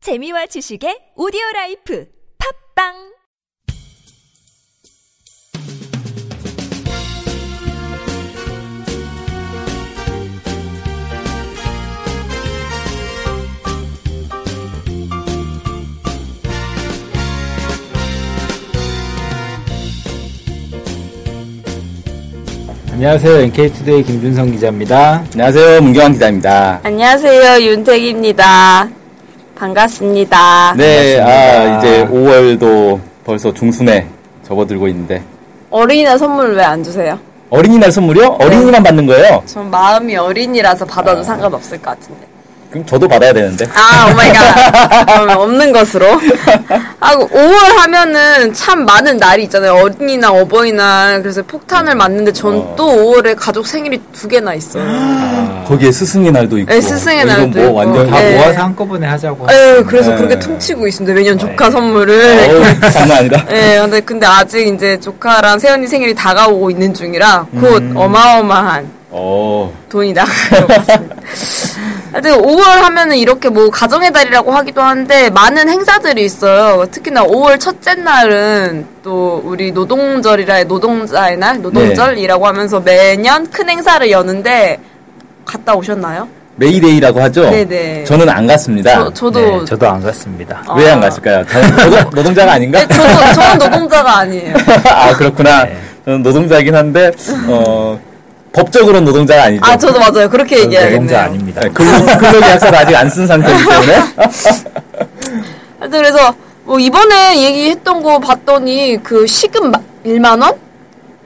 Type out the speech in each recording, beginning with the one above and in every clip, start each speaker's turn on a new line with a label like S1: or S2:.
S1: 재미와 지식의 오디오 라이프 팝빵
S2: 안녕하세요. NK투데이 김준성 기자입니다.
S3: 안녕하세요. 문경환 기자입니다.
S4: 안녕하세요, 윤택입니다. 반갑습니다.
S3: 네,
S2: 반갑습니다.
S3: 아, 이제 5월도 벌써 중순에 접어들고 있는데.
S4: 어린이날 선물 왜 안 주세요? 네.
S3: 어린이날 선물이요? 어린이만 받는 거예요?
S4: 전 마음이 어린이라서 받아도 상관없을 것 같은데. 그럼
S3: 저도 받아야 되는데.
S4: 아, 오마이갓. 그럼 없는 것으로. 하고, 5월 하면은 참 많은 날이 있잖아요. 어린이날, 어버이날. 그래서
S3: 음.
S4: 폭탄을 맞는데 전
S3: 어.
S4: 또 5월에 가족 생일이 두 개나 있어요.
S3: 아. 거기에 스승의 날도 있고.
S4: 네, 스승의
S3: 이건
S4: 날도
S3: 뭐
S4: 있고.
S3: 완전
S2: 다
S3: 다
S4: 네.
S2: 모아서 한꺼번에 하자고.
S4: 에 예, 그래서
S3: 네.
S4: 그렇게 퉁치고 있습니다. 매년 조카 선물을.
S3: 어우, 장난 아니다.
S4: 예, 근데, 근데 아직 이제 조카랑 세연이 생일이 다가오고 있는 중이라 곧
S3: 음.
S4: 어마어마한
S3: 어.
S4: 돈이 나갈 것 같습니다. 하여튼 5월 하면은 이렇게 뭐 가정의 달이라고 하기도 한데 많은 행사들이 있어요. 특히나 5월 첫째 날은 또 우리 노동절이라 해- 노동자의 날,
S2: 네.
S4: 노동절이라고 하면서 매년 큰 행사를 여는데 갔다 오셨나요?
S3: 메이데이라고 하죠?
S4: 네네.
S3: 저는 안 갔습니다.
S4: 저, 저도 아,
S2: 네, 저도 안 갔습니다.
S3: 왜 안 갔을까요? 저는 노동, 노동자가 아닌가?
S4: 네, 저도 저는 노동자가 아니에요.
S3: 아, 그렇구나. 저는 노동자이긴 한데, 어, 법적으로는 노동자가 아니죠.
S4: 아, 저도 맞아요. 그렇게 얘기해야겠네요.
S2: 노동자 아닙니다.
S3: 네, 근로, 근로계약서를 아직 안 쓴 상태이기 때문에. 어,
S4: 하여튼 그래서 뭐 이번에 얘기했던 거 봤더니 그 시급 마- 1만 원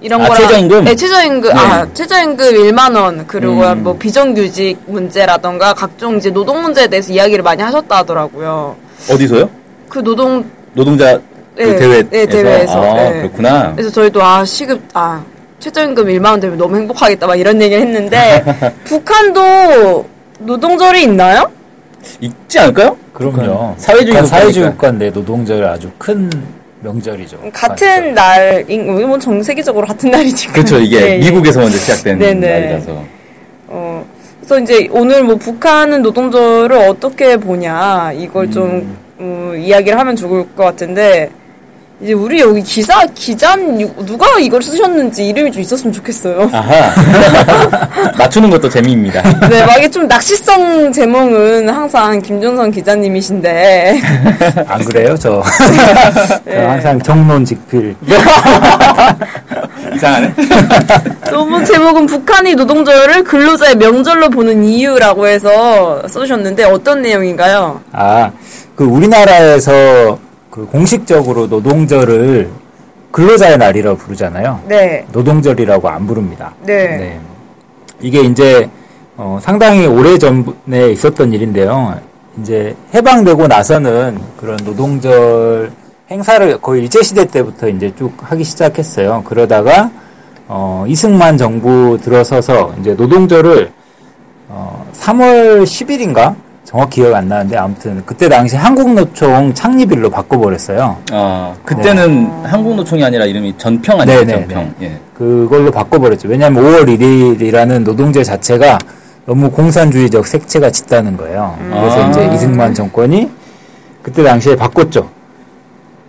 S4: 이런
S3: 아,
S4: 거랑
S3: 최저임금?
S4: 네, 최저임금 아
S3: 네. 음.
S4: 최저임금 1만 원 그리고 뭐 비정규직 문제라던가 각종 이제 노동 문제에 대해서 이야기를 많이 하셨다 하더라고요.
S3: 어디서요?
S4: 그 노동
S3: 노동자 그
S4: 네,
S3: 대회에서.
S4: 네, 대회에서,
S3: 아,
S4: 네.
S3: 그렇구나.
S4: 그래서 저희도 아 시급 아 최저임금 1만 원 되면 너무 행복하겠다 막 이런 얘기를 했는데 국한도 노동절이 있나요?
S3: 있지 않을까요? 그러니까
S2: 그럼요.
S3: 사회주의
S2: 북한
S3: 국가니까.
S2: 사회주의 국가인데 노동절 아주 큰 명절이죠.
S4: 음, 같은 날, 이건 전 세계적으로 같은 날이니까.
S3: 아, 그렇죠. 이게
S4: 예, 예.
S3: 미국에서 먼저 시작된
S4: 네네.
S3: 날이라서.
S4: 어, 그래서 이제 오늘 뭐 북한은 노동절을 어떻게 보냐 이걸 좀
S2: 음.
S4: 어, 이야기를 하면 좋을 것 같은데 이제 우리 여기 기사 기자 누가 이걸 쓰셨는지 이름이 좀 있었으면 좋겠어요.
S3: 아하. 맞추는 것도 재미입니다.
S2: 아.
S4: 네, 막 이게 좀 낚시성 제목은 항상 김준성 기자님이신데
S2: 안 그래요? 저,
S4: 네.
S2: 저 아, 항상 정론 직필.
S3: 이상하네.
S4: 너무 제목은 북한이 노동절을 근로자의 명절로 보는 이유라고 해서 쓰셨는데 어떤 내용인가요?
S2: 아, 그 우리나라에서 그 공식적으로 노동절을 근로자의 날이라고 부르잖아요.
S4: 네,
S2: 노동절이라고 안 부릅니다.
S4: 네.
S2: 네. 이게 이제 어, 상당히 오래 전에 있었던 일인데요. 이제 해방되고 나서는 그런 노동절 행사를 거의 일제 시대 때부터 이제 쭉 하기 시작했어요. 그러다가 어, 이승만 정부 들어서서 이제 노동절을 어, 3월 10일인가 정확히 기억 안 나는데 아무튼 그때 당시 한국노총 창립일로 바꿔버렸어요.
S3: 아, 그때는 한국노총이 아니라 이름이 전평 아니에요?
S2: 네네네.
S3: 전평. 예.
S2: 그걸로 바꿔버렸죠. 왜냐하면 5월 1일이라는 노동절 자체가 너무 공산주의적 색채가 짙다는 거예요. 그래서
S3: 아.
S2: 이제 이승만 정권이 그때 당시에 바꿨죠.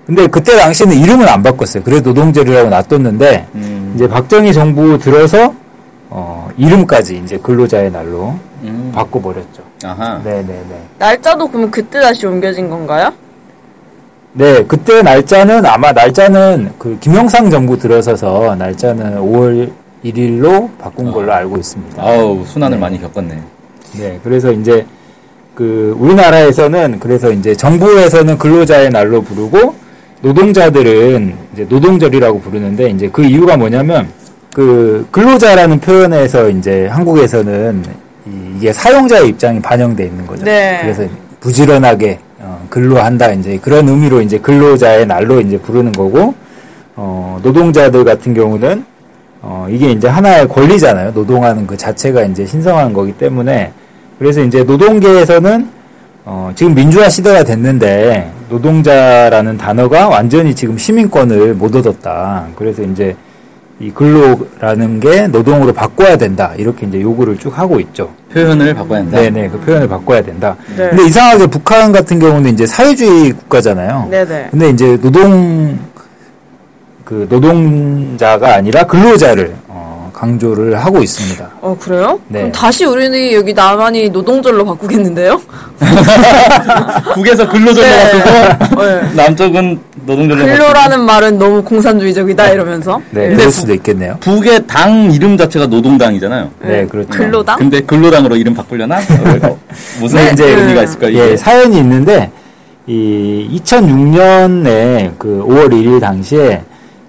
S2: 근데 그때 당시에는 이름은 안 바꿨어요. 그래 노동절이라고 놔뒀는데
S3: 음.
S2: 이제 박정희 정부 들어서 어, 이름까지 이제 근로자의 날로
S3: 음.
S2: 바꿔버렸죠.
S3: 아하.
S2: 네네네.
S4: 날짜도 그러면 그때 다시 옮겨진 건가요?
S2: 네, 그때 날짜는 아마 날짜는 그 김영삼 정부 들어서서 날짜는 5월 1일로 바꾼 걸로 알고 있습니다.
S3: 아우, 순환을 많이 겪었네.
S2: 네, 그래서 이제 그 우리나라에서는 그래서 이제 정부에서는 근로자의 날로 부르고 노동자들은 이제 노동절이라고 부르는데 이제 그 이유가 뭐냐면 그 근로자라는 표현에서 이제 한국에서는 이- 이게 사용자의 입장이 반영돼 있는 거죠.
S4: 네.
S2: 그래서 부지런하게 어, 근로한다 이제 그런 의미로 이제 근로자의 날로 이제 부르는 거고 어, 노동자들 같은 경우는 어, 이게 이제 하나의 권리잖아요. 노동하는 그 자체가 이제 신성한 거기 때문에. 그래서 이제 노동계에서는, 어, 지금 민주화 시대가 됐는데, 노동자라는 단어가 완전히 지금 시민권을 못 얻었다. 그래서 이제 이 근로라는 게 노동으로 바꿔야 된다. 이렇게 이제 요구를 쭉 하고 있죠.
S3: 표현을 바꿔야 한다.
S2: 네네. 그 표현을 바꿔야 된다.
S4: 네.
S2: 근데 이상하게 북한 같은 경우는 이제 사회주의 국가잖아요.
S4: 네네.
S2: 근데 이제 노동 그 노동자가 아니라 근로자를 어, 강조를 하고 있습니다.
S4: 어 그래요?
S2: 네.
S4: 그럼 다시 우리는 여기 남한이 노동절로 바꾸겠는데요?
S3: 북에서 근로절로
S4: 네.
S3: 바꾸고
S4: 네.
S3: 남쪽은 노동절로 바꾸고.
S4: 근로라는 말은 너무 공산주의적이다 이러면서.
S2: 네,
S3: 근데
S2: 그럴
S3: 북-
S2: 수도 있겠네요.
S3: 북의 당 이름 자체가 노동당이잖아요.
S2: 네, 그렇죠.
S4: 근로당?
S3: 근데 근로당으로 이름 바꾸려나? 어, 무슨
S2: 네,
S3: 이제
S2: 네.
S3: 의미가 있을까? 이게
S2: 예, 사연이 있는데 이 2006년에 그 5월 1일 당시에